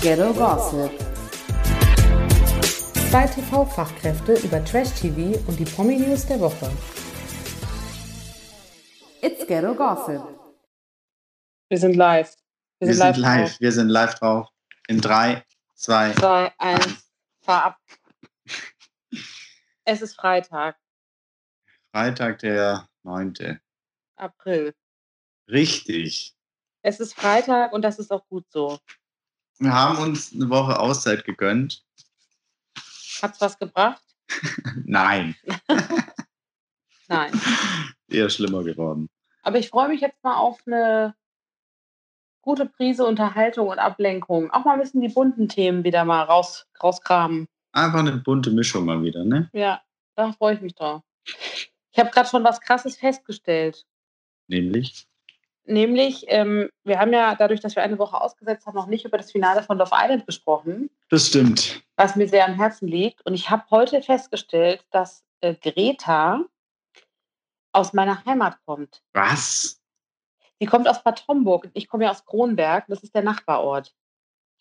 Ghetto Gossip. Zwei TV-Fachkräfte über Trash-TV und die Promi-News der Woche. It's Ghetto Gossip. Wir sind live. Wir sind live. Wir sind live drauf. In 3, 2. 2, 1, fahr ab. Es ist Freitag, Freitag, der 9. April. Richtig. Es ist Freitag und das ist auch gut so. Wir haben uns eine Woche Auszeit gegönnt. Hat's was gebracht? Nein, Nein. eher schlimmer geworden. Aber ich freue mich jetzt mal auf eine gute Prise Unterhaltung und Ablenkung. Auch mal müssen die bunten Themen wieder mal raus, rauskramen. Einfach eine bunte Mischung mal wieder, ne? Ja, da freue ich mich drauf. Ich habe gerade schon was Krasses festgestellt. Nämlich. Nämlich, ähm, wir haben ja dadurch, dass wir eine Woche ausgesetzt haben, noch nicht über das Finale von Love Island gesprochen, Das stimmt. was mir sehr am Herzen liegt. Und ich habe heute festgestellt, dass äh, Greta aus meiner Heimat kommt. Was? Die kommt aus Bad Homburg. Ich komme ja aus Kronberg. Das ist der Nachbarort.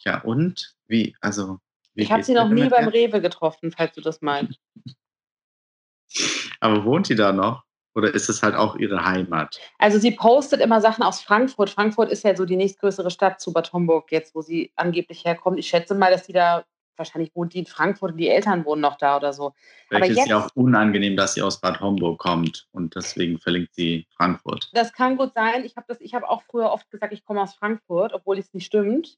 Ja, und? Wie? Also. Wie Ich habe geht's sie noch dir nie damit? beim Rewe getroffen, falls du das meinst. Aber wohnt die da noch? Oder ist es halt auch ihre Heimat? Also sie postet immer Sachen aus Frankfurt. Frankfurt ist ja so die nächstgrößere Stadt zu Bad Homburg jetzt, wo sie angeblich herkommt. Ich schätze mal, dass sie da, wahrscheinlich wohnt die in Frankfurt und die Eltern wohnen noch da oder so. Aber Vielleicht ist jetzt- ja auch unangenehm, dass sie aus Bad Homburg kommt und deswegen verlinkt sie Frankfurt. Das kann gut sein. Ich habe das- ich habe auch früher oft gesagt, ich komme aus Frankfurt, obwohl es nicht stimmt.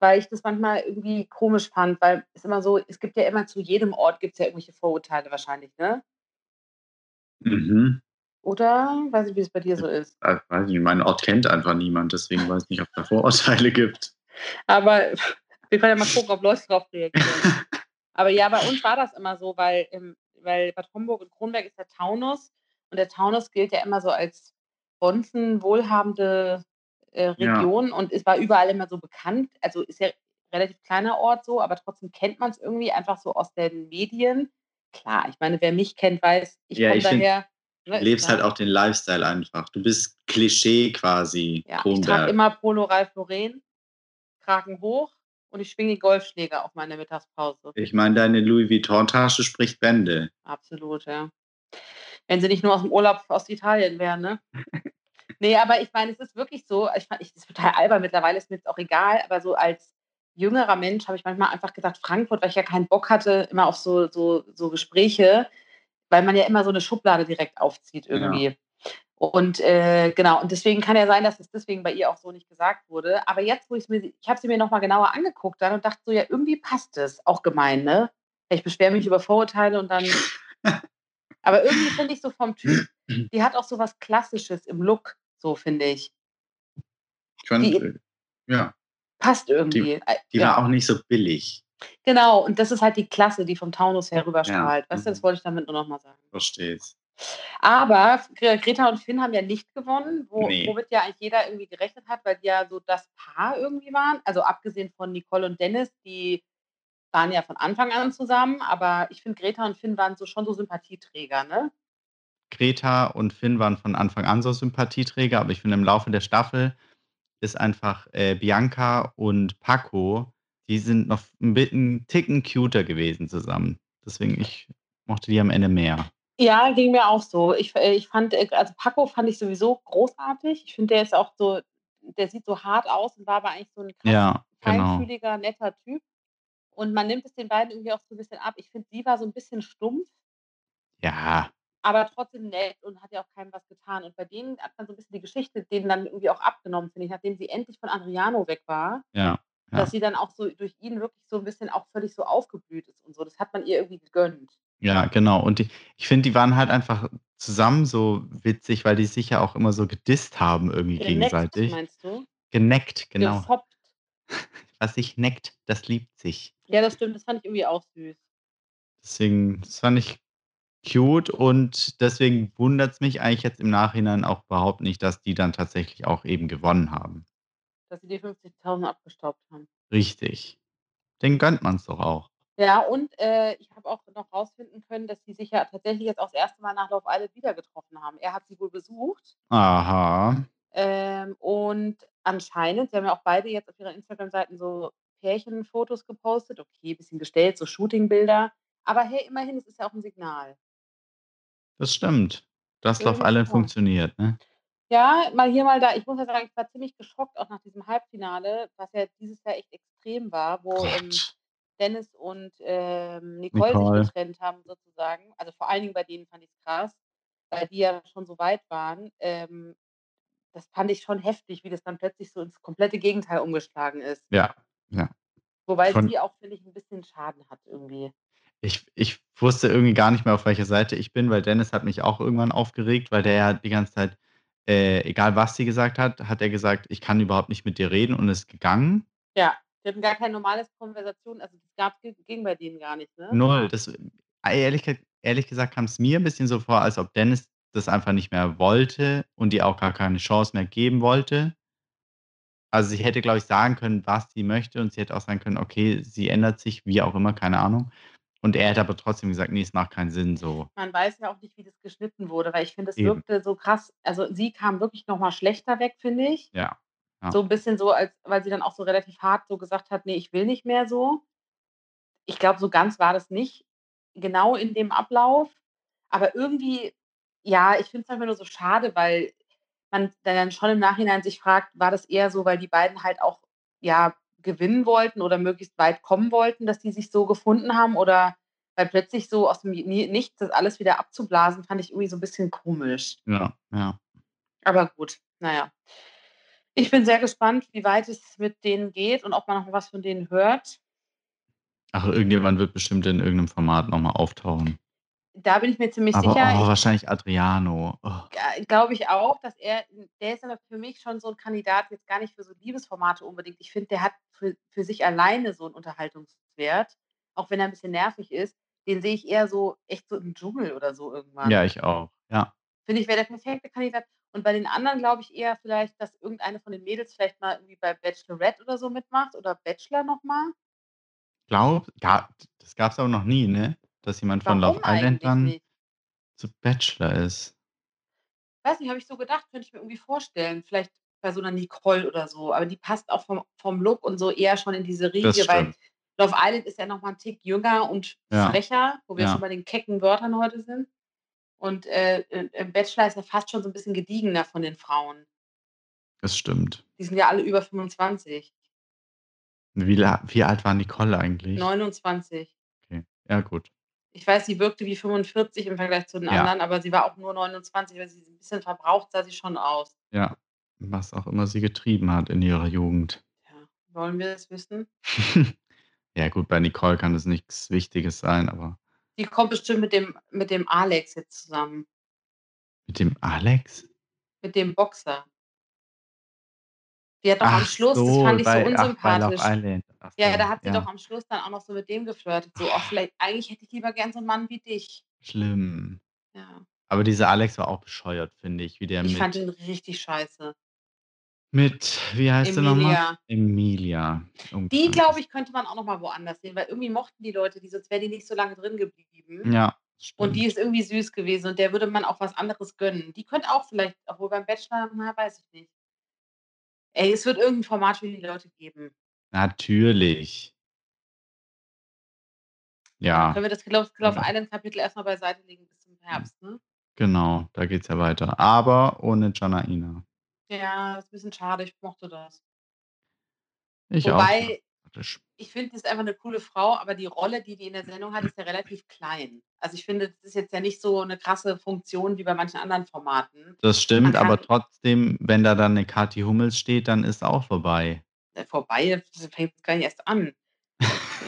Weil ich das manchmal irgendwie komisch fand, weil es immer so, es gibt ja immer zu jedem Ort gibt es ja irgendwelche Vorurteile wahrscheinlich, ne? Mhm. Oder? Weiß ich, wie es bei dir so ist. Äh, weiß nicht, meinen Ort kennt einfach niemand, deswegen weiß ich nicht, ob da Vorurteile gibt. Aber wir können ja mal gucken, ob Leute darauf reagieren. Aber ja, bei uns war das immer so, weil, ähm, weil Bad Homburg und Kronberg ist der Taunus und der Taunus gilt ja immer so als Bonzen wohlhabende äh, Ja. Region und es war überall immer so bekannt. Also ist ja relativ kleiner Ort so, aber trotzdem kennt man es irgendwie einfach so aus den Medien. Klar, ich meine, wer mich kennt, weiß, ich Ja, komme ich find, daher. ne, Du lebst halt auch den Lifestyle einfach. Du bist Klischee quasi. Ja, ich trage Kronberg. immer Polo Ralf Lauren, Kragen hoch und ich schwinge den Golfschläger auf meine Mittagspause. ich meine, deine Louis Vuitton-Tasche spricht Bände. Absolut, ja. Wenn sie nicht nur aus dem Urlaub aus Italien wären, ne? nee, aber ich meine, es ist wirklich so, ich fand, ich, das ist total albern, mittlerweile ist mir jetzt auch egal, aber so als jüngerer Mensch habe ich manchmal einfach gesagt, Frankfurt, weil ich ja keinen Bock hatte, immer auf so, so, so Gespräche, weil man ja immer so eine Schublade direkt aufzieht irgendwie. Und äh, genau, und deswegen kann ja sein, dass es deswegen bei ihr auch so nicht gesagt wurde. Aber jetzt, wo ich mir, ich habe sie mir nochmal genauer angeguckt dann und dachte so, ja, irgendwie passt es. Auch gemein, ne? Ich beschwere mich über Vorurteile und dann. Aber irgendwie finde ich so vom Typ, die hat auch so was Klassisches im Look, so finde ich. Könnte. äh, Ja, Passt irgendwie. Äh, die ja. war auch nicht so billig. Genau, und das ist halt die Klasse, die vom Taunus her rüberstrahlt. Ja. Mhm. Weißt du, das wollte ich damit nur nochmal sagen. Verstehst. Aber Gre- Greta und Finn haben ja nicht gewonnen, wo, Nee. womit ja eigentlich jeder irgendwie gerechnet hat, weil die ja so das Paar irgendwie waren. Also abgesehen von Nicole und Dennis, die waren ja von Anfang an zusammen, aber ich finde, Greta und Finn waren so schon so Sympathieträger, ne? Greta und Finn waren von Anfang an so Sympathieträger, aber ich finde, im Laufe der Staffel ist einfach äh, Bianca und Paco, die sind noch ein bisschen Ticken cuter gewesen zusammen. Deswegen, ich mochte die am Ende mehr. Ja, ging mir auch so. Ich, äh, ich fand, äh, also Paco fand ich sowieso großartig. Ich finde, der ist auch so, der sieht so hart aus und war aber eigentlich so ein krass Ja, genau. feinfühliger, netter Typ. Und man nimmt es den beiden irgendwie auch so ein bisschen ab. Ich finde, sie war so ein bisschen stumpf, Ja, aber trotzdem nett und hat ja auch keinem was getan. Und bei denen hat man so ein bisschen die Geschichte denen dann irgendwie auch abgenommen, finde ich, nachdem sie endlich von Adriano weg war, ja. Ja. dass sie dann auch so durch ihn wirklich so ein bisschen auch völlig so aufgeblüht ist und so. Das hat man ihr irgendwie gegönnt. Ja, genau. Und die, ich finde, die waren halt einfach zusammen so witzig, weil die sich ja auch immer so gedisst haben irgendwie Geneckt, gegenseitig. meinst du? Geneckt, genau. Gefoppt. Was sich neckt, das liebt sich. Ja, das stimmt. Das fand ich irgendwie auch süß. Deswegen, das fand ich cute und deswegen wundert es mich eigentlich jetzt im Nachhinein auch überhaupt nicht, dass die dann tatsächlich auch eben gewonnen haben. dass sie die 50.000 abgestaubt haben. Richtig. Den gönnt man es doch auch. Ja, und äh, ich habe auch noch rausfinden können, dass sie sich ja tatsächlich jetzt auch das erste Mal nach Love Island wieder getroffen haben. Er hat sie wohl besucht Aha. ähm, und anscheinend, sie haben ja auch beide jetzt auf ihren Instagram-Seiten so Pärchenfotos gepostet. Okay, ein bisschen gestellt, so Shootingbilder. Aber hey, immerhin, es ist ja auch ein Signal. Das stimmt. Das auf Irgendwie allen schon. funktioniert, ne? Ja, mal hier, mal da. Ich muss ja sagen, ich war ziemlich geschockt auch nach diesem Halbfinale, was ja dieses Jahr echt extrem war, wo ähm, Gott. Dennis und ähm, Nicole, Nicole. sich getrennt haben, sozusagen. Also vor allen Dingen bei denen fand ich es krass, weil die ja schon so weit waren. Ähm, das fand ich schon heftig, wie das dann plötzlich so ins komplette Gegenteil umgeschlagen ist. Ja. Wobei Von- sie auch, finde ich, ein bisschen Schaden hat irgendwie. Ich, ich wusste irgendwie gar nicht mehr, auf welcher Seite ich bin, weil Dennis hat mich auch irgendwann aufgeregt, weil der ja die ganze Zeit, äh, egal was sie gesagt hat, hat er gesagt, ich kann überhaupt nicht mit dir reden und ist gegangen. Ja, wir hatten gar keine normale Konversation. Also das gab, ging bei denen gar nicht, ne? Null. Das, ehrlich, ge- ehrlich gesagt kam es mir ein bisschen so vor, als ob Dennis das einfach nicht mehr wollte und die auch gar keine Chance mehr geben wollte. Also sie hätte, glaube ich, sagen können, was sie möchte und sie hätte auch sagen können, okay, sie ändert sich, wie auch immer, keine Ahnung. Und er hätte aber trotzdem gesagt, nee, es macht keinen Sinn so. man weiß ja auch nicht, wie das geschnitten wurde, weil ich finde, es Eben. wirkte so krass. Also sie kam wirklich nochmal schlechter weg, finde ich. Ja. Ja. So ein bisschen so, als weil sie dann auch so relativ hart so gesagt hat, nee, ich will nicht mehr so. Ich glaube, so ganz war das nicht genau in dem Ablauf. Aber irgendwie, ja, ich finde es manchmal nur so schade, weil man dann schon im Nachhinein sich fragt, war das eher so, weil die beiden halt auch, ja, gewinnen wollten oder möglichst weit kommen wollten, dass die sich so gefunden haben oder weil plötzlich so aus dem Ni- Nichts das alles wieder abzublasen, fand ich irgendwie so ein bisschen komisch. Ja, ja. Aber gut, naja. Ich bin sehr gespannt, wie weit es mit denen geht und ob man noch was von denen hört. Ach, irgendjemand wird bestimmt in irgendeinem Format nochmal auftauchen. Da bin ich mir ziemlich Aber sicher. oh, wahrscheinlich Adriano. Oh. glaube ich auch, dass er, der ist aber für mich schon so ein Kandidat, jetzt gar nicht für so Liebesformate unbedingt. Ich finde, der hat für, für sich alleine so einen Unterhaltungswert, auch wenn er ein bisschen nervig ist. Den sehe ich eher so echt so im Dschungel oder so irgendwann. Ja, ich auch. Ja. Finde ich, wäre der perfekte Kandidat. Und bei den anderen glaube ich eher vielleicht, dass irgendeine von den Mädels vielleicht mal irgendwie bei Bachelorette oder so mitmacht oder Bachelor nochmal. Glaub, gab, das gab es aber noch nie, ne? Dass jemand von Love Island dann nicht? zu Bachelor ist. weiß nicht, habe ich so gedacht, könnte ich mir irgendwie vorstellen. Vielleicht bei so einer Nicole oder so. Aber die passt auch vom, vom Look und so eher schon in diese Das Riege, weil stimmt. Love Island ist ja nochmal ein Tick jünger und Ja. frecher, wo wir Ja. schon bei den kecken Wörtern heute sind. Und äh, im- im Bachelor ist ja fast schon so ein bisschen gediegener von den Frauen. Das stimmt. Die sind ja alle über 25, Wie, la- wie alt war Nicole eigentlich? 29. Ja, gut. Ich weiß, sie wirkte wie 45 im Vergleich zu den Ja. anderen, aber sie war auch nur 29, weil sie ein bisschen verbraucht sah sie schon aus. Ja. Was auch immer sie getrieben hat in ihrer Jugend. Ja. Wollen wir das wissen? ja, gut, bei Nicole kann das nichts Wichtiges sein, aber Die kommt bestimmt mit dem, mit dem Alex jetzt zusammen, mit dem Alex? mit dem Boxer. Die hat doch am Schluss, das fand ich so ach, bei Love unsympathisch. Island. Ach so, ja, da hat sie doch am Schluss dann auch noch so mit dem geflirtet. So, oh, vielleicht, eigentlich hätte ich lieber gern so einen Mann wie dich. Schlimm. Ja. Aber dieser Alex war auch bescheuert, finde ich, wie der Ich mit, fand ihn richtig scheiße. mit, wie heißt sie nochmal? Emilia. Emilia. umgegangen Die, glaube ist. ich, könnte man auch noch mal woanders sehen, weil irgendwie mochten die Leute die, sonst wäre die nicht so lange drin geblieben. Ja. Und stimmt. die ist irgendwie süß gewesen und der würde man auch was anderes gönnen. Die könnte auch vielleicht, obwohl beim Bachelor, na, weiß ich nicht. Ey, es wird irgendein Format für die Leute geben. Natürlich. Ja, Können wir das Love, Love Ja. Island Kapitel erstmal beiseite legen bis zum Herbst, ne? genau, da geht's ja weiter. Aber ohne Janaina. Ja, das ist ein bisschen schade, ich mochte das. Ich Wobei, auch. Praktisch. ich finde, die ist einfach eine coole Frau, aber die Rolle, die die in der Sendung hat, ist ja relativ klein. Also ich finde, das ist jetzt ja nicht so eine krasse Funktion wie bei manchen anderen Formaten. Das stimmt, Man kann- aber trotzdem, wenn da dann eine Kathi Hummels steht, dann ist auch vorbei. Äh, Vorbei, das fängt gar nicht erst an.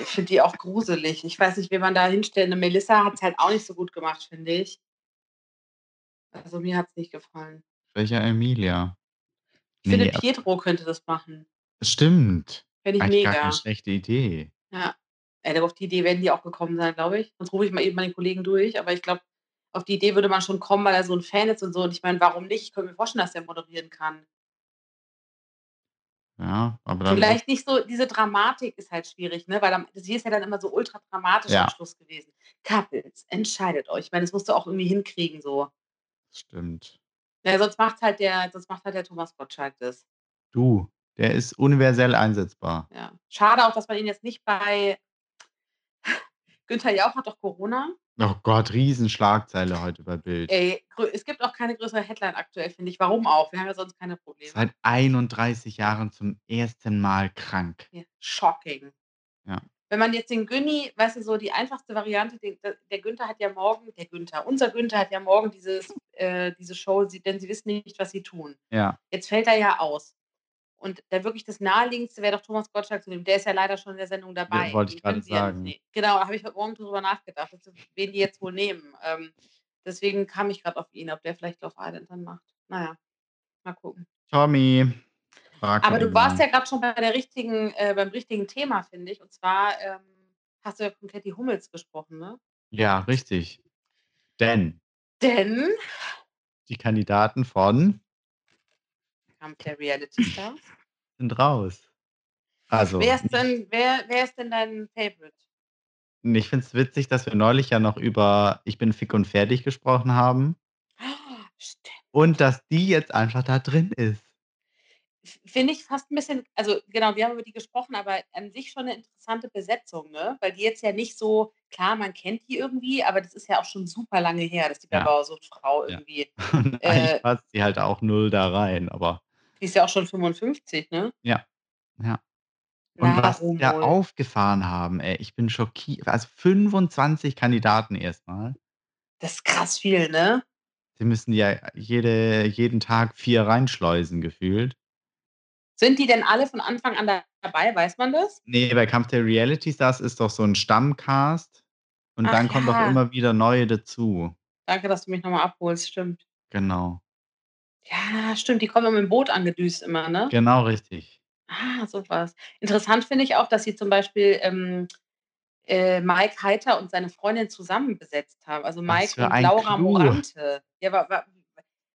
Ich finde die auch gruselig. Ich weiß nicht, wie man da hinstellt. Eine Melissa hat es halt auch nicht so gut gemacht, finde ich. Also mir hat es nicht gefallen. Welcher Emilia? Ich Nee, finde, ab- Pietro könnte das machen. stimmt. Finde ich Eigentlich mega. gar keine schlechte Idee. Ja. Ey, auf die Idee werden die auch gekommen sein, glaube ich. Sonst rufe ich mal eben meine Kollegen durch. Aber ich glaube, auf die Idee würde man schon kommen, weil er so ein Fan ist und so. Und ich meine, warum nicht? Ich könnte mir vorstellen, dass er moderieren kann. Ja, aber dann. Vielleicht nicht so, diese Dramatik ist halt schwierig, ne? Weil am- das hier ist ja dann immer so ultra dramatisch Ja. am Schluss gewesen. Couples, entscheidet euch. Ich meine, das musst du auch irgendwie hinkriegen, so. Stimmt. Ja, sonst macht halt der, sonst macht halt der Thomas Gottschalk das. Du, Der ist universell einsetzbar. Ja. Schade auch, dass man ihn jetzt nicht bei Günther Jauch hat doch Corona. Oh Gott, Riesenschlagzeile heute bei Bild. Ey, grö- es gibt auch keine größere Headline aktuell, finde ich. Warum auch? Wir haben ja sonst keine Probleme. Seit 31 Jahren zum ersten Mal krank. Ja, Shocking. Ja. Wenn man jetzt den Günni, weißt du, so die einfachste Variante, den, der- der Günther hat ja morgen, der Günther, unser Günther hat ja morgen dieses, äh, diese Show, sie, denn sie wissen nicht, was sie tun. Ja, Jetzt fällt er ja aus. Und da wirklich das naheliegendste wäre doch Thomas Gottschalk zu nehmen. Der ist ja leider schon in der Sendung dabei. Ja, wollte ich Den können gerade sie ja nicht sagen. nehmen. genau, da habe ich heute Morgen drüber nachgedacht, dass- wen die jetzt wohl nehmen. Ähm, deswegen kam ich gerade auf ihn, ob der vielleicht Love Island dann macht. Naja, mal gucken. Tommy. frag Aber mal du warst ja jemanden. gerade schon bei der richtigen, äh, beim richtigen Thema, finde ich. Und zwar ähm, hast du ja komplett die Hummels gesprochen, ne? Ja, richtig. Denn Denn die Kandidaten von kam der Reality Star. sind raus. Also, Wer ist denn, wer, wer ist denn dein Favorite? ich finde es witzig, dass wir neulich ja noch über Ich bin fick und fertig gesprochen haben Ah, stimmt. und dass die jetzt einfach da drin ist. F- Finde ich fast ein bisschen, also genau, wir haben über die gesprochen, aber an sich schon eine interessante Besetzung, ne? Weil die jetzt ja nicht so, klar, man kennt die irgendwie, aber das ist ja auch schon super lange her, dass die bei Ja. Bauersuchtfrau Ja. irgendwie, Und Äh. eigentlich passt sie halt auch null da rein, aber die ist ja auch schon 55, ne? Ja. Ja. Und Na, oh was die da Rumol. aufgefahren haben, ey, ich bin schockiert. Also 25 Kandidaten erstmal. Das ist krass viel, ne? Sie müssen ja jede, jeden Tag vier reinschleusen, gefühlt. Sind die denn alle von Anfang an da- dabei? Weiß man das? Nee, bei Kampf der Reality Stars ist doch so ein Stammcast. Und Ach dann kommen ja. doch immer wieder neue dazu. Danke, dass du mich nochmal abholst. Stimmt. Genau. Ja, stimmt. Die kommen mit dem Boot angedüst immer, ne? Genau richtig. Ah, sowas. Interessant finde ich auch, dass sie zum Beispiel ähm, äh, Mike Heiter und seine Freundin zusammen besetzt haben. Also Mike für und ein Laura Clou. Morante. Ja, wa, wa,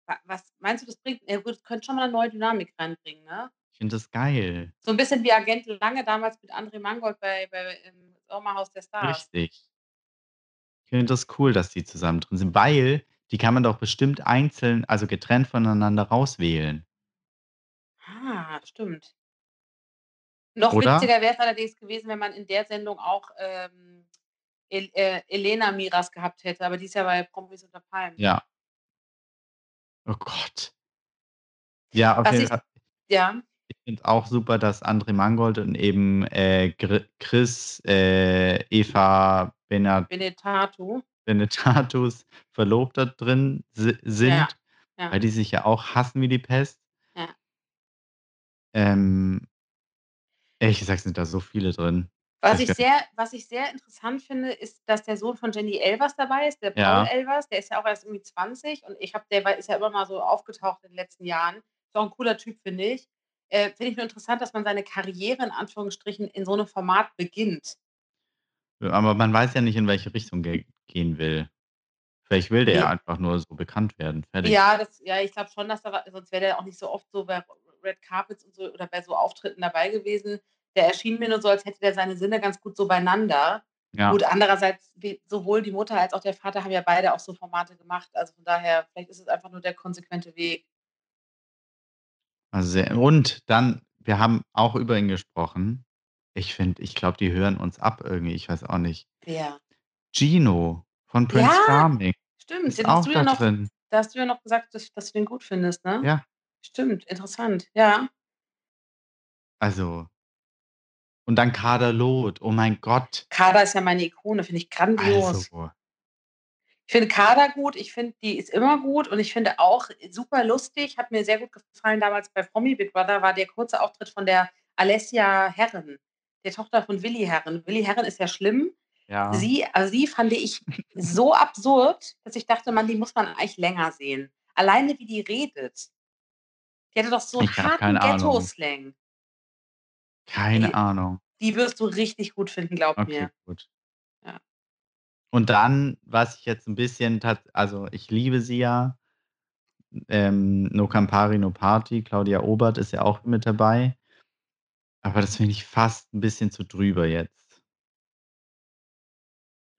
wa, was meinst du, das bringt? Ja, gut, könnte schon mal eine neue Dynamik reinbringen, ne? Ich finde das geil. So ein bisschen wie Agent Lange damals mit André Mangold bei, bei im Sommerhaus der Stars. Richtig. Ich finde das cool, dass die zusammen drin sind, weil die kann man doch bestimmt einzeln, also getrennt voneinander rauswählen. Ah, stimmt. Noch Oder? witziger wäre es allerdings gewesen, wenn man in der Sendung auch ähm, El äh, Elena Miras gehabt hätte, aber die ist ja bei Promis unter Palmen. Ja. Oh Gott. Ja, auf Was jeden ich- Fall. Ja, Ich finde auch super, dass André Mangold und eben äh, Gr- Chris, äh, Eva Benat Benetato. Benetatus Verlobter drin si sind, Ja, ja. weil die sich ja auch hassen wie die Pest. Ja. Ähm, ehrlich gesagt sind da so viele drin. Was Das ich, wär- sehr, was ich sehr interessant finde, ist, dass der Sohn von Jenny Elvers dabei ist, der Paul Ja. Elvers, der ist ja auch erst irgendwie 20 und ich habe, der war- ist ja immer mal so aufgetaucht in den letzten Jahren. Ist auch ein cooler Typ, finde ich. Äh, finde ich nur interessant, dass man seine Karriere in Anführungsstrichen in so einem Format beginnt. Aber man weiß ja nicht, in welche Richtung ge gehen will. Vielleicht will der Nee. ja einfach nur so bekannt werden. Fertig. Ja, das, ja, ich glaube schon, dass da, wa- sonst wäre der auch nicht so oft so bei Red Carpets und so oder bei so Auftritten dabei gewesen. Der erschien mir nur so, als hätte der seine Sinne ganz gut so beieinander. Ja. Gut, andererseits, wie- sowohl die Mutter als auch der Vater haben ja beide auch so Formate gemacht. Also von daher, vielleicht ist es einfach nur der konsequente Weg. Also sehr, und dann, wir haben auch über ihn gesprochen. Ich finde, ich glaube, die hören uns ab irgendwie. Ich weiß auch nicht. Ja. Gino von Prince Ja, Charming Stimmt, ist den auch hast du ja da noch, drin. da hast du ja noch gesagt, dass, dass du den gut findest, ne? Ja. Stimmt, interessant. Ja. Also. Und dann Kader Loth. Oh mein Gott. Kader ist ja meine Ikone, finde ich grandios. Also, Ich finde Kader gut, ich finde, die ist immer gut und ich finde auch super lustig, hat mir sehr gut gefallen damals bei Promi Big Brother, war der kurze Auftritt von der Alessia Herren, der Tochter von Willi Herren. Willi Herren ist ja schlimm. ja. Sie, also sie fand ich so absurd, dass ich dachte, man, die muss man eigentlich länger sehen. Alleine wie die redet. Die hatte doch so einen Ich hab harten keine Ahnung. Ghetto-Slang. Keine Ey. Ahnung. Die wirst du richtig gut finden, glaub Okay, mir. gut. Ja. Und dann, was ich jetzt ein bisschen, tat- also ich liebe sie ja. Ähm, no Campari, no Party. Claudia Obert ist ja auch mit dabei. Aber das finde ich fast ein bisschen zu drüber jetzt.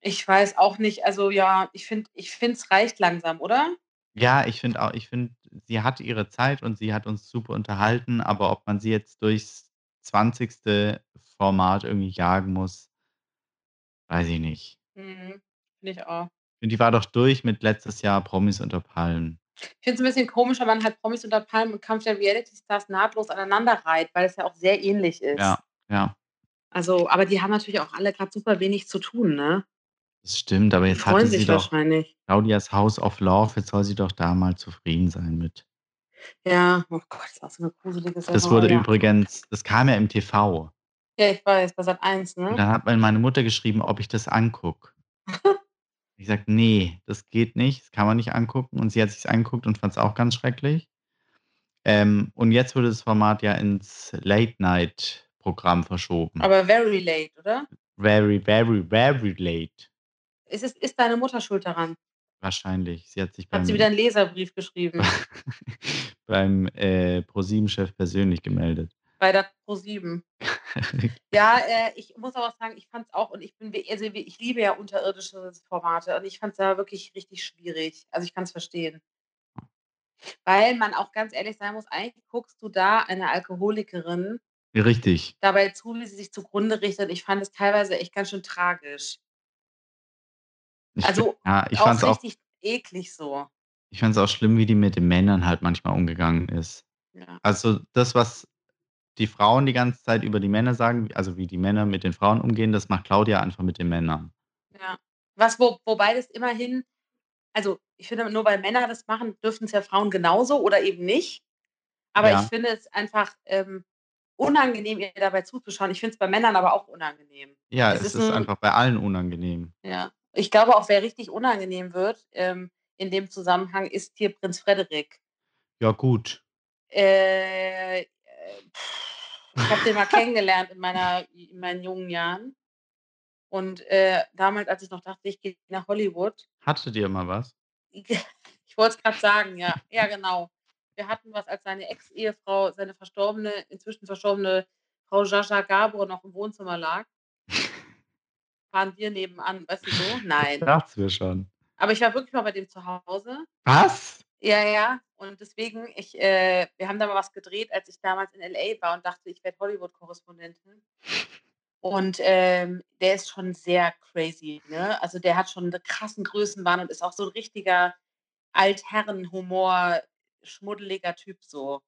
Ich weiß auch nicht, also ja, ich finde, ich finde es reicht langsam, oder? Ja, ich finde auch, ich finde, sie hatte ihre Zeit und sie hat uns super unterhalten, aber ob man sie jetzt durchs 20. Format irgendwie jagen muss, weiß ich nicht. Mhm. Finde ich auch. Und die war doch durch mit letztes Jahr Promis unter Palmen. Ich finde es ein bisschen komisch, wenn man halt Promis unter Palmen und Kampf der Reality Stars nahtlos aneinander reiht, weil es ja auch sehr ähnlich ist. Ja, ja, Also, aber die haben natürlich auch alle gerade super wenig zu tun, ne? das stimmt, aber Die jetzt hatte freuen sie sich doch wahrscheinlich. Claudias House of Love, jetzt soll sie doch da mal zufrieden sein mit. Ja, oh Gott, das war so eine gruselige Sache. Das wurde ja. übrigens, das kam ja im TV. Ja, ich weiß, bei Sat 1, Und ne? dann hat mir meine Mutter geschrieben, ob ich das angucke. ich sagte, nee, das geht nicht, das kann man nicht angucken. Und sie hat sich angeguckt und fand es auch ganz schrecklich. Ähm, und jetzt wurde das Format ja ins Late-Night-Programm verschoben. Aber very late, oder? very, very, very late. Ist, es, ist deine Mutter schuld daran? Wahrscheinlich. Sie hat sich Hat beim, sie wieder einen Leserbrief geschrieben? beim äh, ProSieben-Chef persönlich gemeldet. bei der Pro7. Ja, äh, ich muss aber sagen, ich fand es auch und ich bin, also ich liebe ja unterirdische Formate und ich fand es da wirklich richtig schwierig. Also ich kann es verstehen. Weil man auch ganz ehrlich sein muss, eigentlich guckst du da eine Alkoholikerin Richtig. dabei zu, wie sie sich zugrunde richtet. Ich fand es teilweise echt ganz schön tragisch. Ich, Also ja, ich fand es auch, richtig eklig so. ich fand's auch schlimm, wie die mit den Männern halt manchmal umgegangen ist. Ja. Also das, was die Frauen die ganze Zeit über die Männer sagen, also wie die Männer mit den Frauen umgehen, das macht Claudia einfach mit den Männern. Ja. Was, wo, wobei das immerhin, also ich finde, nur weil Männer das machen, dürfen es ja Frauen genauso oder eben nicht. Aber Ja. ich finde es einfach ähm, unangenehm, ihr dabei zuzuschauen. Ich finde es bei Männern aber auch unangenehm. Ja, Es es, ist ist, ein- einfach bei allen unangenehm. Ja. Ich glaube auch, wer richtig unangenehm wird ähm, in dem Zusammenhang, ist hier Prinz Frederik. Ja, gut. Äh, äh, pff, ich habe den mal kennengelernt in, meiner, in meinen jungen Jahren. Und äh, damals, als ich noch dachte, ich gehe nach Hollywood, Hattet ihr mal was? Ich wollte es gerade sagen, ja. Ja, genau. Wir hatten was, als seine Ex-Ehefrau, seine verstorbene, inzwischen verstorbene Frau Jaja Gabor noch im Wohnzimmer lag. Waren wir nebenan, weißt du so? Nein. Dacht's mir schon. Aber ich war wirklich mal bei dem zu Hause. Was? Ja, ja. Und deswegen, ich, äh, wir haben da mal was gedreht, als ich damals in LA war und dachte, ich werde Hollywood-Korrespondentin. Und ähm, der ist schon sehr crazy, ne? Also der hat schon einen krassen Größenwahn und ist auch so ein richtiger Altherrenhumor, schmuddeliger Typ so.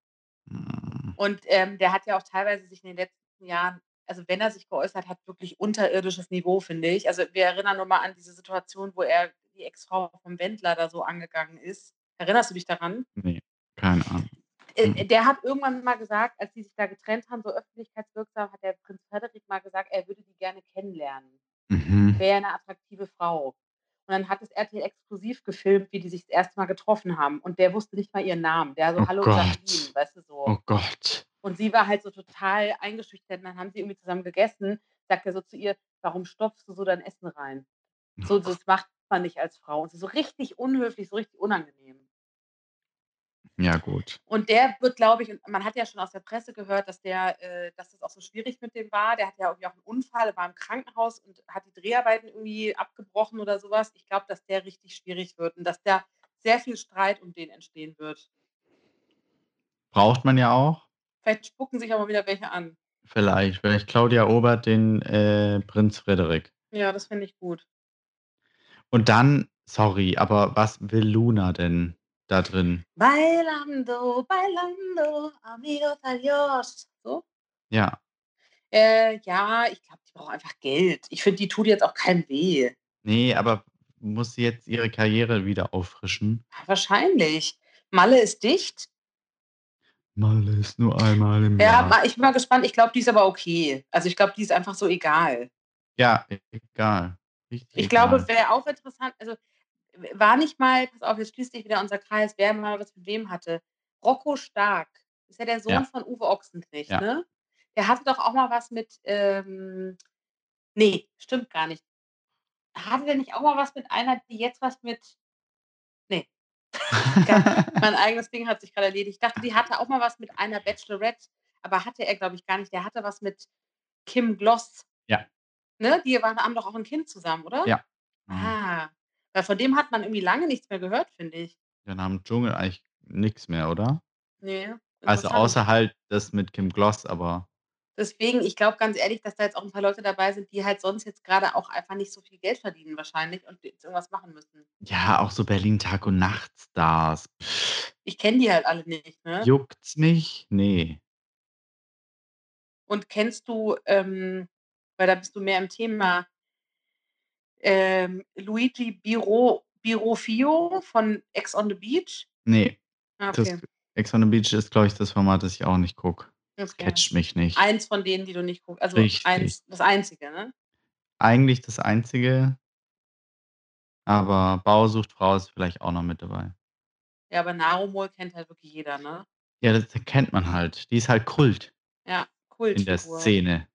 Hm, Und ähm, der hat ja auch teilweise sich in den letzten Jahren, also wenn er sich geäußert hat, wirklich unterirdisches Niveau, finde ich. Also wir erinnern nur mal an diese Situation, wo er die Ex-Frau vom Wendler da so angegangen ist. Erinnerst du dich daran? Nee, keine Ahnung. Äh, Mhm. der hat irgendwann mal gesagt, als die sich da getrennt haben, so öffentlichkeitswirksam, hat der Prinz Frederik mal gesagt, er würde die gerne kennenlernen. Mhm. Wäre eine attraktive Frau. Und dann hat das RTL exklusiv gefilmt, wie die sich das erste Mal getroffen haben. Und der wusste nicht mal ihren Namen. Der so, Oh hallo Gott. Jacqueline, weißt du so. Oh Gott. Und sie war halt so total eingeschüchtert. Und dann haben sie irgendwie zusammen gegessen. Sagt er so zu ihr, warum stopfst du so dein Essen rein? Oh So, das macht man nicht als Frau. Und sie so richtig unhöflich, so richtig unangenehm. Ja, gut. Und der wird, glaube ich, und man hat ja schon aus der Presse gehört, dass der, äh, dass das auch so schwierig mit dem war. Der hat ja irgendwie auch einen Unfall, war im Krankenhaus und hat die Dreharbeiten irgendwie abgebrochen oder sowas. Ich glaube, dass der richtig schwierig wird und dass da sehr viel Streit um den entstehen wird. Braucht man ja auch. Vielleicht spucken sich aber wieder welche an. Vielleicht. Vielleicht Claudia Obert den äh, Prinz Frederik. Ja, das finde ich gut. Und dann, sorry, aber was will Luna denn da drin? Bailando, bailando, amigos adios. So? Ja, Äh, ja, ich glaube, die braucht einfach Geld. Ich finde, die tut jetzt auch keinem weh. Nee, aber muss sie jetzt ihre Karriere wieder auffrischen? Wahrscheinlich. Malle ist dicht. Mal ist nur einmal im Ja, Jahr. ma- ich bin mal gespannt. Ich glaube, die ist aber okay. Also ich glaube, die ist einfach so egal. Ja, egal. Richtig Ich egal. glaube, wäre auch interessant, also war nicht mal, pass auf, jetzt schließt sich wieder unser Kreis, wer mal was mit wem hatte. Rocco Stark, ist ja der Sohn Ja. von Uwe Ochsenknecht, Ja. ne? Der hatte doch auch mal was mit, ähm, nee, stimmt gar nicht. Hatte der nicht auch mal was mit einer, die jetzt was mit, mein eigenes Ding hat sich gerade erledigt. Ich dachte, die hatte auch mal was mit einer Bachelorette, aber hatte er, glaube ich, gar nicht. Der hatte was mit Kim Gloss. Ja. Ne? Die waren, haben doch auch ein Kind zusammen, oder? Ja. Hm, Ah. Weil von dem hat man irgendwie lange nichts mehr gehört, finde ich. Dann haben Dschungel eigentlich nichts mehr, oder? Nee. Also interessant. außer halt das mit Kim Gloss, aber Deswegen, ich glaube ganz ehrlich, dass da jetzt auch ein paar Leute dabei sind, die halt sonst jetzt gerade auch einfach nicht so viel Geld verdienen wahrscheinlich und jetzt irgendwas machen müssen. ja, auch so Berlin Tag und Nacht Stars. Pff, Ich kenne die halt alle nicht, ne? Juckt's mich? Nee. Und kennst du, ähm, weil da bist du mehr im Thema, ähm, Luigi Biro, Birofio von Ex on the Beach? Nee. Ah, Das, Ex on the Beach ist, glaube ich, das Format, das ich auch nicht gucke. okay. Catcht mich nicht. Eins von denen, die du nicht guckst. Also Richtig. eins, das einzige, ne? Eigentlich das Einzige. Aber Bausucht Frau ist vielleicht auch noch mit dabei. Ja, aber Narumol kennt halt wirklich jeder, ne? Ja, das kennt man halt. Die ist halt Kult Ja, cool. in der Szene.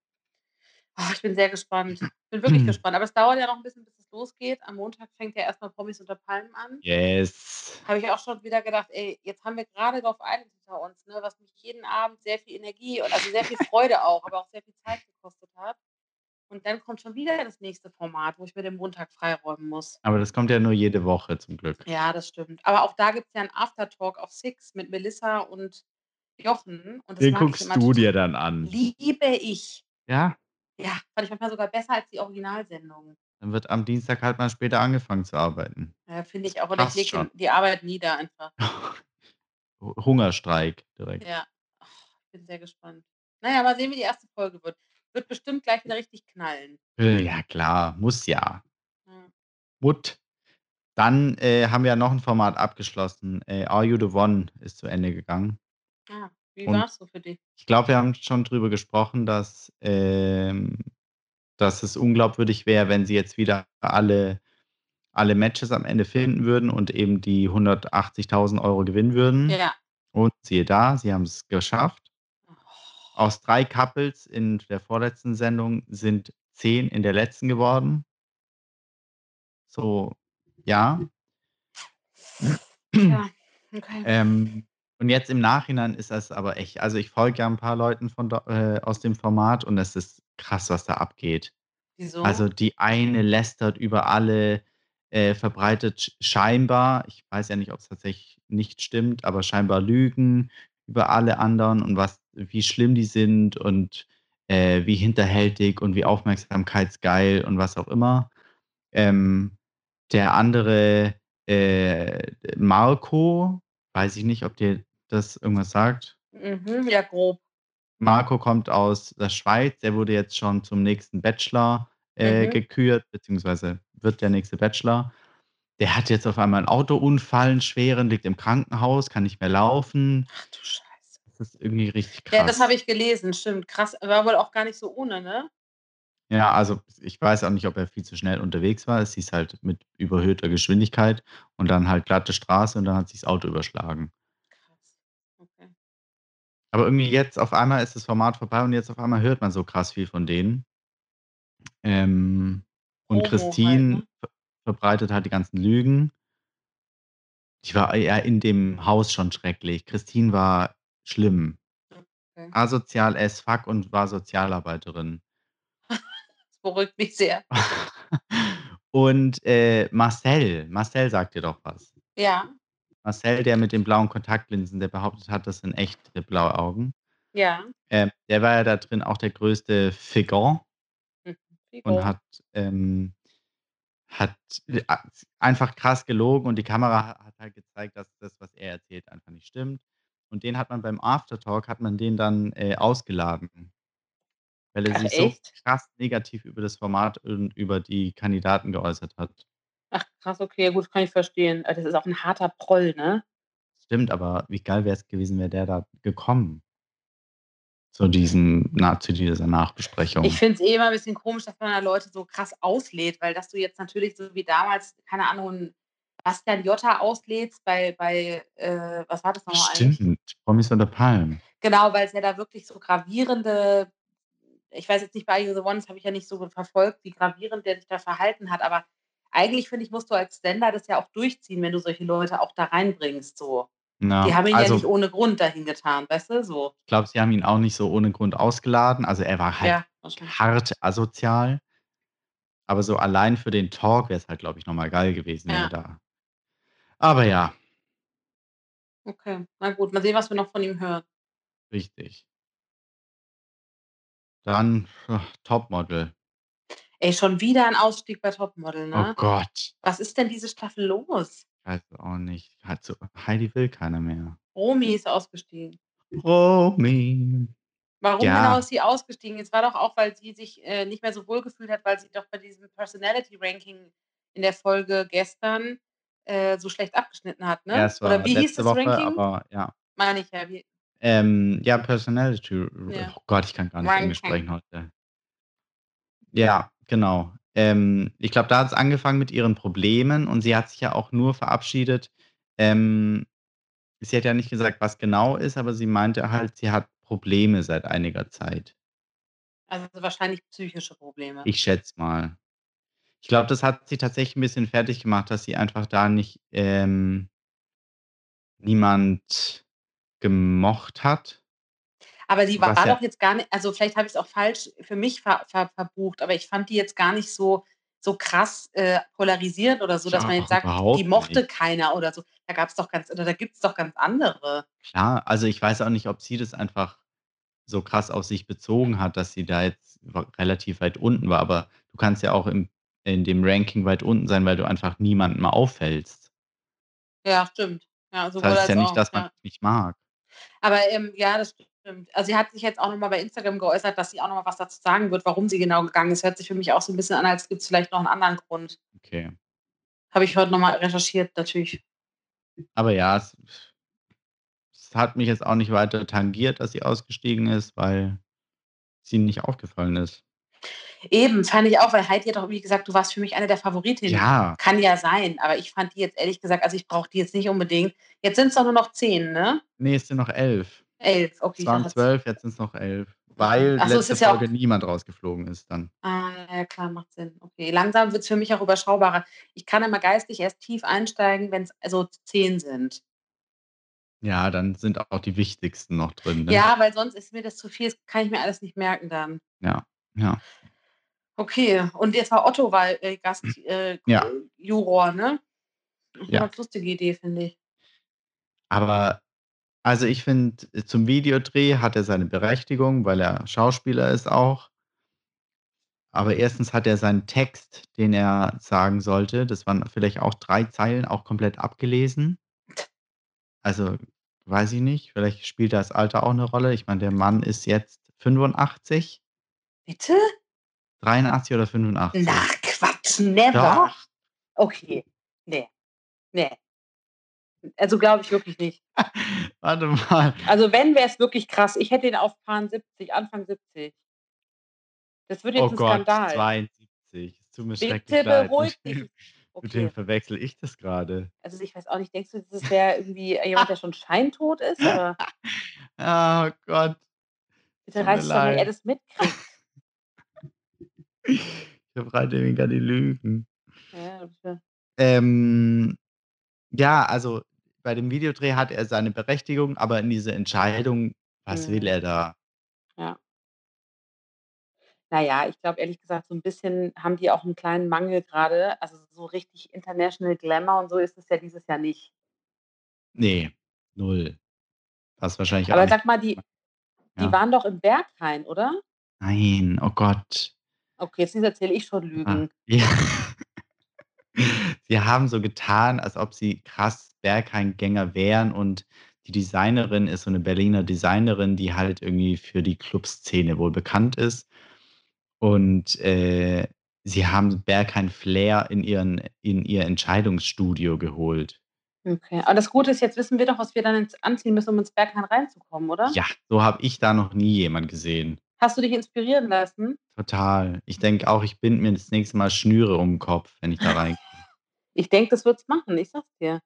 Ah, ich bin sehr gespannt. Ich bin wirklich gespannt. Aber es dauert ja noch ein bisschen, bis es losgeht. Am Montag fängt ja erstmal Promis unter Palmen an. Yes. Habe ich auch schon wieder gedacht, ey, jetzt haben wir gerade Love Island hinter uns, ne, was mich jeden Abend sehr viel Energie und also sehr viel Freude auch, aber auch sehr viel Zeit gekostet hat. Und dann kommt schon wieder das nächste Format, wo ich mir den Montag freiräumen muss. Aber das kommt ja nur jede Woche zum Glück. Ja, das stimmt. Aber auch da gibt es ja einen Aftertalk auf Six mit Melissa und Jochen. Und das Den mag ich guckst immer du total- dir dann an. Liebe ich. Ja, Ja, fand ich manchmal sogar besser als die Originalsendung. dann wird am Dienstag halt mal später angefangen zu arbeiten. Ja, Äh, finde ich auch. Oder ich Passt lege schon. den- die Arbeit nieder einfach. Hungerstreik direkt. Ja. Ach, ich bin sehr gespannt. Naja, mal sehen, wie die erste Folge wird. Wird bestimmt gleich wieder richtig knallen. Äh, Hm. Ja, klar, muss ja. Ja. Mut. Dann äh, haben wir noch ein Format abgeschlossen. Äh, Are You the One ist zu Ende gegangen. Ah, wie Und- war es so für dich? Ich glaube, wir haben schon drüber gesprochen, dass, ähm, dass es unglaubwürdig wäre, wenn sie jetzt wieder alle, alle Matches am Ende finden würden und eben die 180.000 Euro gewinnen würden. Ja. Und siehe da, sie haben es geschafft. Oh, Aus drei Couples in der vorletzten Sendung sind zehn in der letzten geworden. So, ja. ja. Okay. Ähm, und jetzt im Nachhinein ist das aber echt, also ich folge ja ein paar Leuten von, do- äh, aus dem Format und es ist krass, was da abgeht. Wieso? Also die eine lästert über alle, äh, verbreitet sch- scheinbar, ich weiß ja nicht, ob es tatsächlich nicht stimmt, aber scheinbar Lügen über alle anderen und was, wie schlimm die sind und äh, wie hinterhältig und wie aufmerksamkeitsgeil und was auch immer. Ähm, der andere äh, Marco, weiß ich nicht, ob dir das irgendwas sagt. mhm, ja, grob. Marco kommt aus der Schweiz, der wurde jetzt schon zum nächsten Bachelor äh, Mhm. gekürt, beziehungsweise wird der nächste Bachelor. Der hat jetzt auf einmal einen Autounfall, einen schweren, liegt im Krankenhaus, kann nicht mehr laufen. Ach du Scheiße. Das ist irgendwie richtig krass. Ja, das habe ich gelesen, stimmt. Krass. War wohl auch gar nicht so ohne, ne? Ja, also ich weiß auch nicht, ob er viel zu schnell unterwegs war. Es hieß halt mit überhöhter Geschwindigkeit und dann halt glatte Straße und dann hat sich das Auto überschlagen. Krass. Okay. Aber irgendwie jetzt auf einmal ist das Format vorbei und jetzt auf einmal hört man so krass viel von denen. Ähm, und Promo halt, Christine ne? ver- verbreitet halt die ganzen Lügen. Die war ja in dem Haus schon schrecklich. Christine war schlimm. Okay. Asozial as fuck und war Sozialarbeiterin. Das beruhigt mich sehr. und äh, Marcel, Marcel sagt dir doch was. Ja, Marcel, der mit den blauen Kontaktlinsen, der behauptet hat, das sind echte blaue Augen. ja. Ähm, der war ja da drin auch der größte Figur. und hat, ähm, hat äh, einfach krass gelogen und die Kamera ha- hat halt gezeigt, dass das, was er erzählt, einfach nicht stimmt. Und den hat man beim Aftertalk, hat man den dann äh, ausgeladen, weil er Ach, sich echt? so krass negativ über das Format und über die Kandidaten geäußert hat. Ach, krass, okay, ja, gut, kann ich verstehen. Äh, Das ist auch ein harter Proll, ne? Stimmt, aber wie geil wäre es gewesen, wäre der da gekommen. Zu, diesem, na, zu dieser Nachbesprechung. Ich finde es eh immer ein bisschen komisch, dass man da Leute so krass auslädt, weil dass du jetzt natürlich so wie damals, keine Ahnung, einen Bastian Jotta auslädst bei, bei äh, was war das nochmal eigentlich? Stimmt, Promis unter Palmen. Genau, weil es ja da wirklich so gravierende, ich weiß jetzt nicht, bei Are You The Ones habe ich ja nicht so gut verfolgt, wie gravierend der sich da verhalten hat, aber eigentlich finde ich, musst du als Sender das ja auch durchziehen, wenn du solche Leute auch da reinbringst, so. Na, Die haben ihn ja also, nicht ohne Grund dahin getan, weißt du, so. Ich glaube, sie haben ihn auch nicht so ohne Grund ausgeladen. Also er war halt Ja, wahrscheinlich. hart asozial. Aber so allein für den Talk wäre es halt, glaube ich, nochmal geil gewesen, wenn Ja. er da. Aber ja, Okay, na gut, mal sehen, was wir noch von ihm hören. Richtig. Dann puh, Topmodel. Ey, schon wieder ein Ausstieg bei Topmodel, Oh ne? Gott. Was ist denn diese Staffel los? Weiß auch nicht. Hat so, Heidi will keiner mehr. Hm. Oh, Romy ist ausgestiegen. Ne? Romy. Warum Ja. genau ist sie ausgestiegen? Jetzt war doch auch, weil sie sich äh, nicht mehr so wohl gefühlt hat, weil sie doch bei diesem Personality-Ranking in der Folge gestern äh, so schlecht abgeschnitten hat, ne? Ja, es war Oder wie letzte hieß das Woche, Ranking? aber ja. Meine ich ja. Wie, Ähm, ja, Personality. Ja. Oh Gott, ich kann gar nicht Ranking. Englisch sprechen heute. Ja, genau. Ähm, ich glaube, da hat es angefangen mit ihren Problemen und sie hat sich ja auch nur verabschiedet. Ähm, sie hat ja nicht gesagt, was genau ist, aber sie meinte halt, sie hat Probleme seit einiger Zeit. also wahrscheinlich psychische Probleme. Ich schätze mal. Ich glaube, das hat sie tatsächlich ein bisschen fertig gemacht, dass sie einfach da nicht ähm, niemand gemocht hat. Aber die war Was ja- doch jetzt gar nicht, also vielleicht habe ich es auch falsch für mich ver, ver, verbucht, aber ich fand die jetzt gar nicht so, so krass äh, polarisierend oder so, dass Ja, man jetzt doch sagt, überhaupt die mochte nicht. keiner oder so. Da gab es doch ganz, oder da gibt es doch ganz andere. Klar, also ich weiß auch nicht, ob sie das einfach so krass auf sich bezogen hat, dass sie da jetzt wa- relativ weit unten war. Aber du kannst ja auch im, in dem Ranking weit unten sein, weil du einfach niemandem auffällst. Ja, stimmt. Ja, Das sowohl heißt ja als nicht, auch, dass man ja. dich nicht mag. Aber ähm, ja, das stimmt. Also sie hat sich jetzt auch nochmal bei Instagram geäußert, dass sie auch nochmal was dazu sagen wird, warum sie genau gegangen ist. Hört sich für mich auch so ein bisschen an, als gibt es vielleicht noch einen anderen Grund. Okay. Habe ich heute nochmal recherchiert, natürlich. Aber ja, es, es hat mich jetzt auch nicht weiter tangiert, dass sie ausgestiegen ist, weil sie nicht aufgefallen ist. Eben, fand ich auch, weil Heidi hat doch, wie gesagt, du warst für mich eine der Favoritinnen. Ja, Kann ja sein, aber ich fand die jetzt ehrlich gesagt, also ich brauche die jetzt nicht unbedingt. Jetzt sind es doch nur noch zehn, ne? nee, es sind noch elf. Elf, okay. Es ich waren dachte, zwölf, jetzt sind es noch elf. Weil Ach so, es letzte ist ja auch- Folge niemand rausgeflogen ist dann. Ah, ja, klar, macht Sinn. Okay, langsam wird es für mich auch überschaubarer. Ich kann immer geistig erst tief einsteigen, wenn es also zehn sind. Ja, dann sind auch die wichtigsten noch drin. Ne? Ja, weil sonst ist mir das zu viel, das kann ich mir alles nicht merken dann. ja. Okay, und jetzt war Otto war äh, Gast, äh, Hm. Ja. Juror, ne? Das ist Ja. eine ganz lustige Idee, finde ich. Aber also ich finde, zum Videodreh hat er seine Berechtigung, weil er Schauspieler ist auch. Aber erstens hat er seinen Text, den er sagen sollte, das waren vielleicht auch drei Zeilen, auch komplett abgelesen. Also weiß ich nicht, vielleicht spielt das Alter auch eine Rolle. Ich meine, der Mann ist jetzt 85, Bitte? 83 oder 85. Na, Quatsch, never. Doch. Okay. Nee. Nee. Also glaube ich wirklich nicht. Warte mal. Also wenn, wäre es wirklich krass. Ich hätte ihn auf Pan 70, Anfang 70. Das wird jetzt Oh ein Gott, Skandal. 72. Es tut mir Bitte schrecklich leid. beruhig Mit dich. wem- Mit Okay. wem verwechsel ich das gerade? Also ich weiß auch nicht, denkst du, das wäre irgendwie jemand, der schon scheintot ist? Aber Oh Gott. bitte Tut mir reiß dich doch, wenn leid. er das mitkriegt. Ich verbreite weniger die Lügen. Ja, bitte. Ähm, ja, also bei dem Videodreh hat er seine Berechtigung, aber in diese Entscheidung, was Mhm. will er da? naja, ich glaube ehrlich gesagt, so ein bisschen haben die auch einen kleinen Mangel gerade. Also so richtig International Glamour und so ist es ja dieses Jahr nicht. Nee, null. Das wahrscheinlich Aber auch nicht. sag mal, die, die Ja. waren doch im Berghain, oder? Nein, oh Gott. Okay, jetzt erzähle ich schon Ah, Lügen. Ja. sie haben so getan, als ob sie krass Berghain-Gänger wären und die Designerin ist so eine Berliner Designerin, die halt irgendwie für die Clubszene wohl bekannt ist. Und äh, sie haben Berghain-Flair in, ihren, in ihr Entscheidungsstudio geholt. Okay. Aber das Gute ist, jetzt wissen wir doch, was wir dann ins- anziehen müssen, um ins Berghain reinzukommen, oder? Ja, so habe ich da noch nie jemand gesehen. Hast du dich inspirieren lassen? Total. Ich denke auch, ich bind mir das nächste Mal Schnüre um den Kopf, wenn ich da reingehe. Ich denke, das wird's machen, ich sag's dir.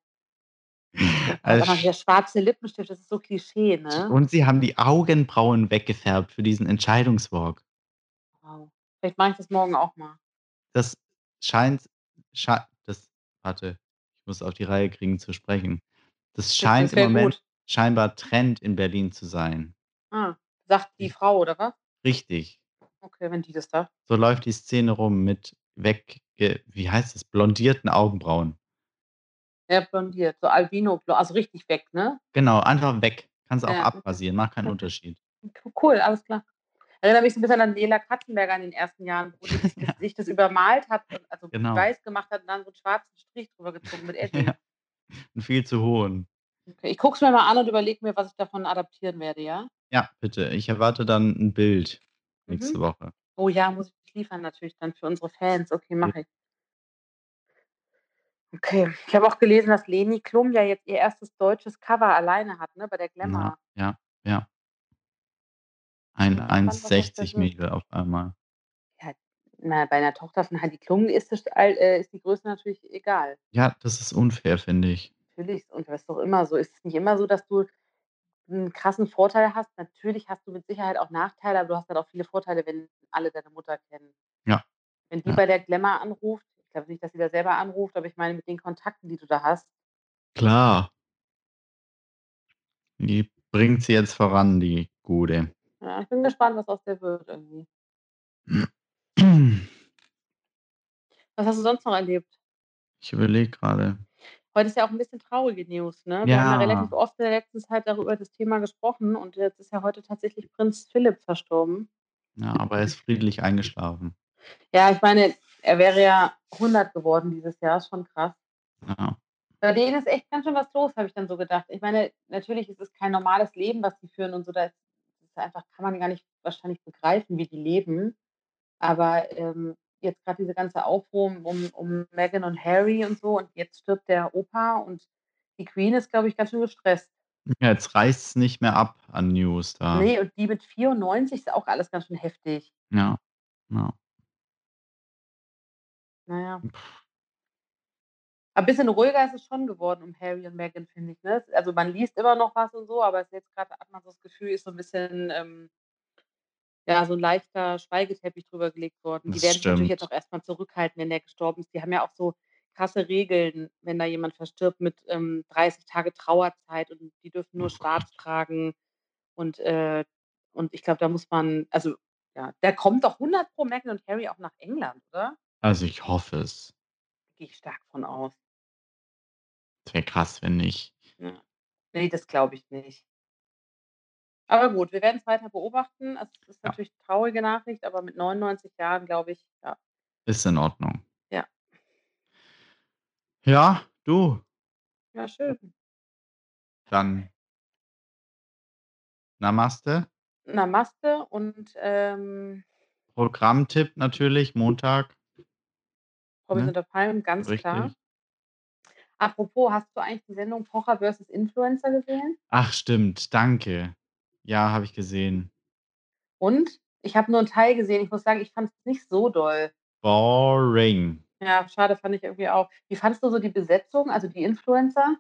Also, Also, der schwarze Lippenstift, das ist so Klischee, ne? Und sie haben die Augenbrauen weggefärbt für diesen Entscheidungswalk. Wow. Vielleicht mache ich das morgen auch mal. Das scheint, scha das, warte, ich muss auf die Reihe kriegen zu sprechen. Das Das- scheint das wär im Moment gut. scheinbar Trend in Berlin zu sein. Ah, sagt die Frau, oder was? Richtig. Okay, wenn die das da. So läuft die Szene rum mit wegge, wie heißt es, blondierten Augenbrauen. Ja, blondiert. So albino blond. Also richtig weg, ne? Genau, einfach weg. Kannst auch Ja. abrasieren, macht keinen Unterschied. Cool, alles klar. Erinnere mich so ein bisschen an Nela Katzenberger in den ersten Jahren, wo die das Ja. Gesicht das übermalt hat, und also Genau. weiß gemacht hat und dann so einen schwarzen Strich drüber gezogen mit Edding. Ja. Einen viel zu hohen. Okay, ich gucke es mir mal an und überlege mir, was ich davon adaptieren werde, ja? Ja, bitte. Ich erwarte dann ein Bild nächste Mhm. Woche. Oh ja, muss ich liefern natürlich dann für unsere Fans. Okay, mache ich. Okay, ich habe auch gelesen, dass Leni Klum ja jetzt ihr erstes deutsches Cover alleine hat, ne, bei der Glamour. Na, ja, ja. Ein Bin gespannt, was das da 1,60 wird. Mädel auf einmal. Na, bei einer Tochter von Heidi Klum ist, das, all- äh, ist die Größe natürlich egal. Ja, das ist unfair, finde ich. Natürlich, und das ist doch immer so. Ist es nicht immer so, dass du einen krassen Vorteil hast? Natürlich hast du mit Sicherheit auch Nachteile, aber du hast halt auch viele Vorteile, wenn alle deine Mutter kennen. Ja. Wenn die Ja. bei der Glamour anruft, ich glaube nicht, dass sie da selber anruft, aber ich meine, mit den Kontakten, die du da hast, Klar. Die bringt sie jetzt voran, die Gute. ja, ich bin gespannt, was aus der wird irgendwie. Ich Was hast du sonst noch erlebt? überlege gerade. Heute ist ja auch ein bisschen traurige News, ne? Wir haben ja Ja. relativ oft in der letzten Zeit darüber das Thema gesprochen und jetzt ist ja heute tatsächlich Prinz Philipp verstorben. Ja, aber er ist friedlich eingeschlafen. Ja, ich meine, er wäre ja 100 geworden dieses Jahr, ist schon krass. Ja, Bei denen ist echt ganz schön was los, habe ich dann so gedacht. Ich meine, natürlich ist es kein normales Leben, was die führen und so. Da ist, das ist einfach, kann man gar nicht wahrscheinlich begreifen, wie die leben. Aber ähm, jetzt gerade diese ganze Aufruhr um, um Meghan und Harry und so und jetzt stirbt der Opa und die Queen ist, glaube ich, ganz schön gestresst. Ja, jetzt reißt es nicht mehr ab an News da. Nee, und die mit 94 ist auch alles ganz schön heftig. Ja. ja. Naja. Hm, Aber Ein bisschen ruhiger ist es schon geworden um Harry und Meghan, finde ich. Ne? Es- Also man liest immer noch was und so, aber es ist jetzt gerade hat man so das Gefühl, ist so ein bisschen ähm, ja, so ein leichter Schweigeteppich drüber gelegt worden. Die Das werden sich natürlich jetzt auch stimmt. erstmal zurückhalten, wenn der gestorben ist. Die haben ja auch so krasse Regeln, wenn da jemand verstirbt mit ähm, 30 Tage Trauerzeit und die dürfen nur Oh schwarz tragen. Und, äh, und ich glaube, da muss man, also ja, da kommt doch 100 pro Meghan und Harry auch nach England, oder? Also ich hoffe es. Gehe ich stark von aus. Wäre krass, wenn nicht. Ja. Nee, ne? das glaube ich nicht. Aber gut, wir werden es weiter beobachten. Also, es ist Ja. natürlich eine traurige Nachricht, aber mit 99 Jahren, glaube ich, ja. Ist in Ordnung. Ja. Ja, du. Ja, schön. Dann. Namaste. Namaste und ähm, Programmtipp Hm. natürlich, Montag. Promis Ne? unter Palmen, ganz richtig. klar. Apropos, hast du eigentlich die Sendung Pocher versus Influencer gesehen? Ach, stimmt. Danke. Ja, habe ich gesehen. Und ich habe nur einen Teil gesehen. Ich muss sagen, ich fand es nicht so doll. Boring. Ja, schade fand ich irgendwie auch. Wie fandst du so die Besetzung, also die Influencer?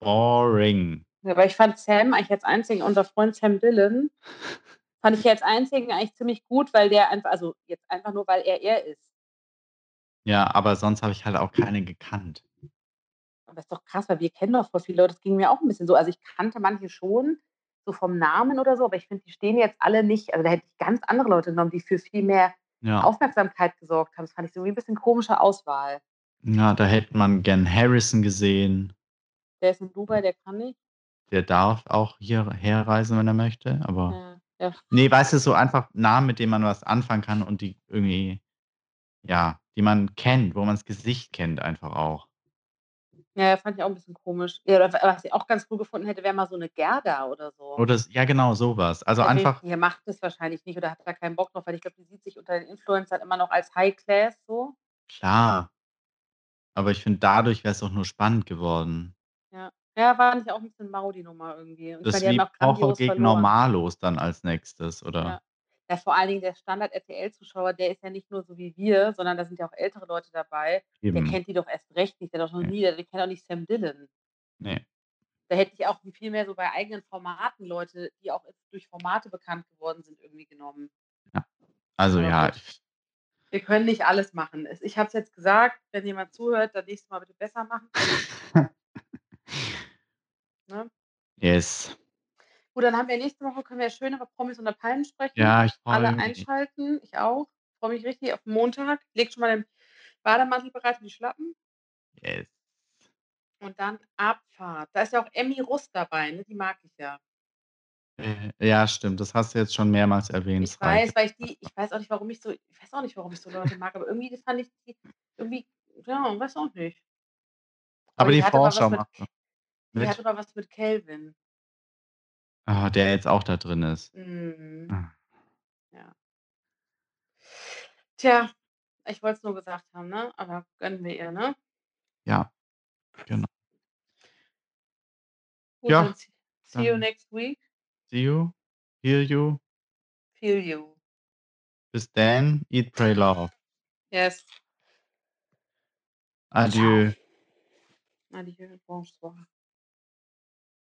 Boring. Ja, aber ich fand Sam eigentlich als einzigen, unser Freund Sam Dillon, fand ich als einzigen eigentlich ziemlich gut, weil der einfach, also jetzt einfach nur, weil er er ist. Ja, aber sonst habe ich halt auch keine gekannt. Aber ist doch krass, weil wir kennen doch voll viele Leute. Das ging mir auch ein bisschen so. Also ich kannte manche schon, so vom Namen oder so, aber ich finde, die stehen jetzt alle nicht. Also da hätte ich ganz andere Leute genommen, die für viel mehr Ja, Aufmerksamkeit gesorgt haben. Das fand ich so wie ein bisschen komische Auswahl. ja da hätte man gern Harrison gesehen. Der ist in Dubai, der kann nicht. Der darf auch hierher reisen, wenn er möchte. Aber Ja, ja. Nee, weißt du, so einfach Namen, mit denen man was anfangen kann und die irgendwie, ja, die man kennt, wo man das Gesicht kennt, einfach auch. ja fand ich auch ein bisschen komisch. Ja, oder was ich auch ganz cool gefunden hätte, wäre mal so eine Gerda oder so. Oder, s- ja, genau, sowas. Also Ja, nee, einfach, Die macht das wahrscheinlich nicht oder hat da keinen Bock drauf, weil ich glaube, die sieht sich unter den Influencern immer noch als High Class so. klar. Aber ich finde, dadurch wäre es auch nur spannend geworden. Ja, war nicht auch ein bisschen mau, die Nummer irgendwie. Und ich Das meine, wie die haben auch Pocher grandios gegen verloren. Normalos dann als nächstes, oder? Ja. Ja, vor allen Dingen der Standard-RTL-Zuschauer, der ist ja nicht nur so wie wir, sondern da sind ja auch ältere Leute dabei. Der Eben. kennt die doch erst recht nicht, der hat doch noch Nee. nie, der, der kennt auch nicht Sam Dillon. Nee. Da hätte ich auch viel mehr so bei eigenen Formaten Leute, die auch durch Formate bekannt geworden sind, irgendwie genommen. Also Aber ja, gut. Wir können nicht alles machen. Es- Ich habe es jetzt gesagt, wenn jemand zuhört, dann nächstes Mal bitte besser machen. Ne? yes. Gut, dann haben wir nächste Woche, können wir schön über Promis unter Palmen sprechen. Ja, ich Alle freue mich. einschalten, ich auch. Freue mich richtig auf Montag. Leg schon mal den Bademantel bereit und die Schlappen. Yes. Und dann Abfahrt. Da ist ja auch Emmy Russ dabei, ne? die mag ich ja. Äh, Ja, stimmt. Das hast du jetzt schon mehrmals erwähnt. Ich es weiß, reicht. weil ich die, ich weiß auch nicht, warum ich so, ich weiß auch nicht, warum ich so Leute mag, aber irgendwie das fand ich die, irgendwie, ja, weiß auch nicht. aber die die hat aber was Vorschau mit- macht noch Die mit. hat aber was mit Kelvin. Ah, der jetzt auch da drin ist. Mhm. Ah. Ja. Tja, ich wollte es nur gesagt haben, ne? Aber gönnen wir ihr, ne? Ja. genau. Gut, Ja, dann see see you dann- next week. See you, hear you. Feel you. Bis dann. Eat, pray, love. Yes. Adieu. Ah, Adieu. Bonsoir.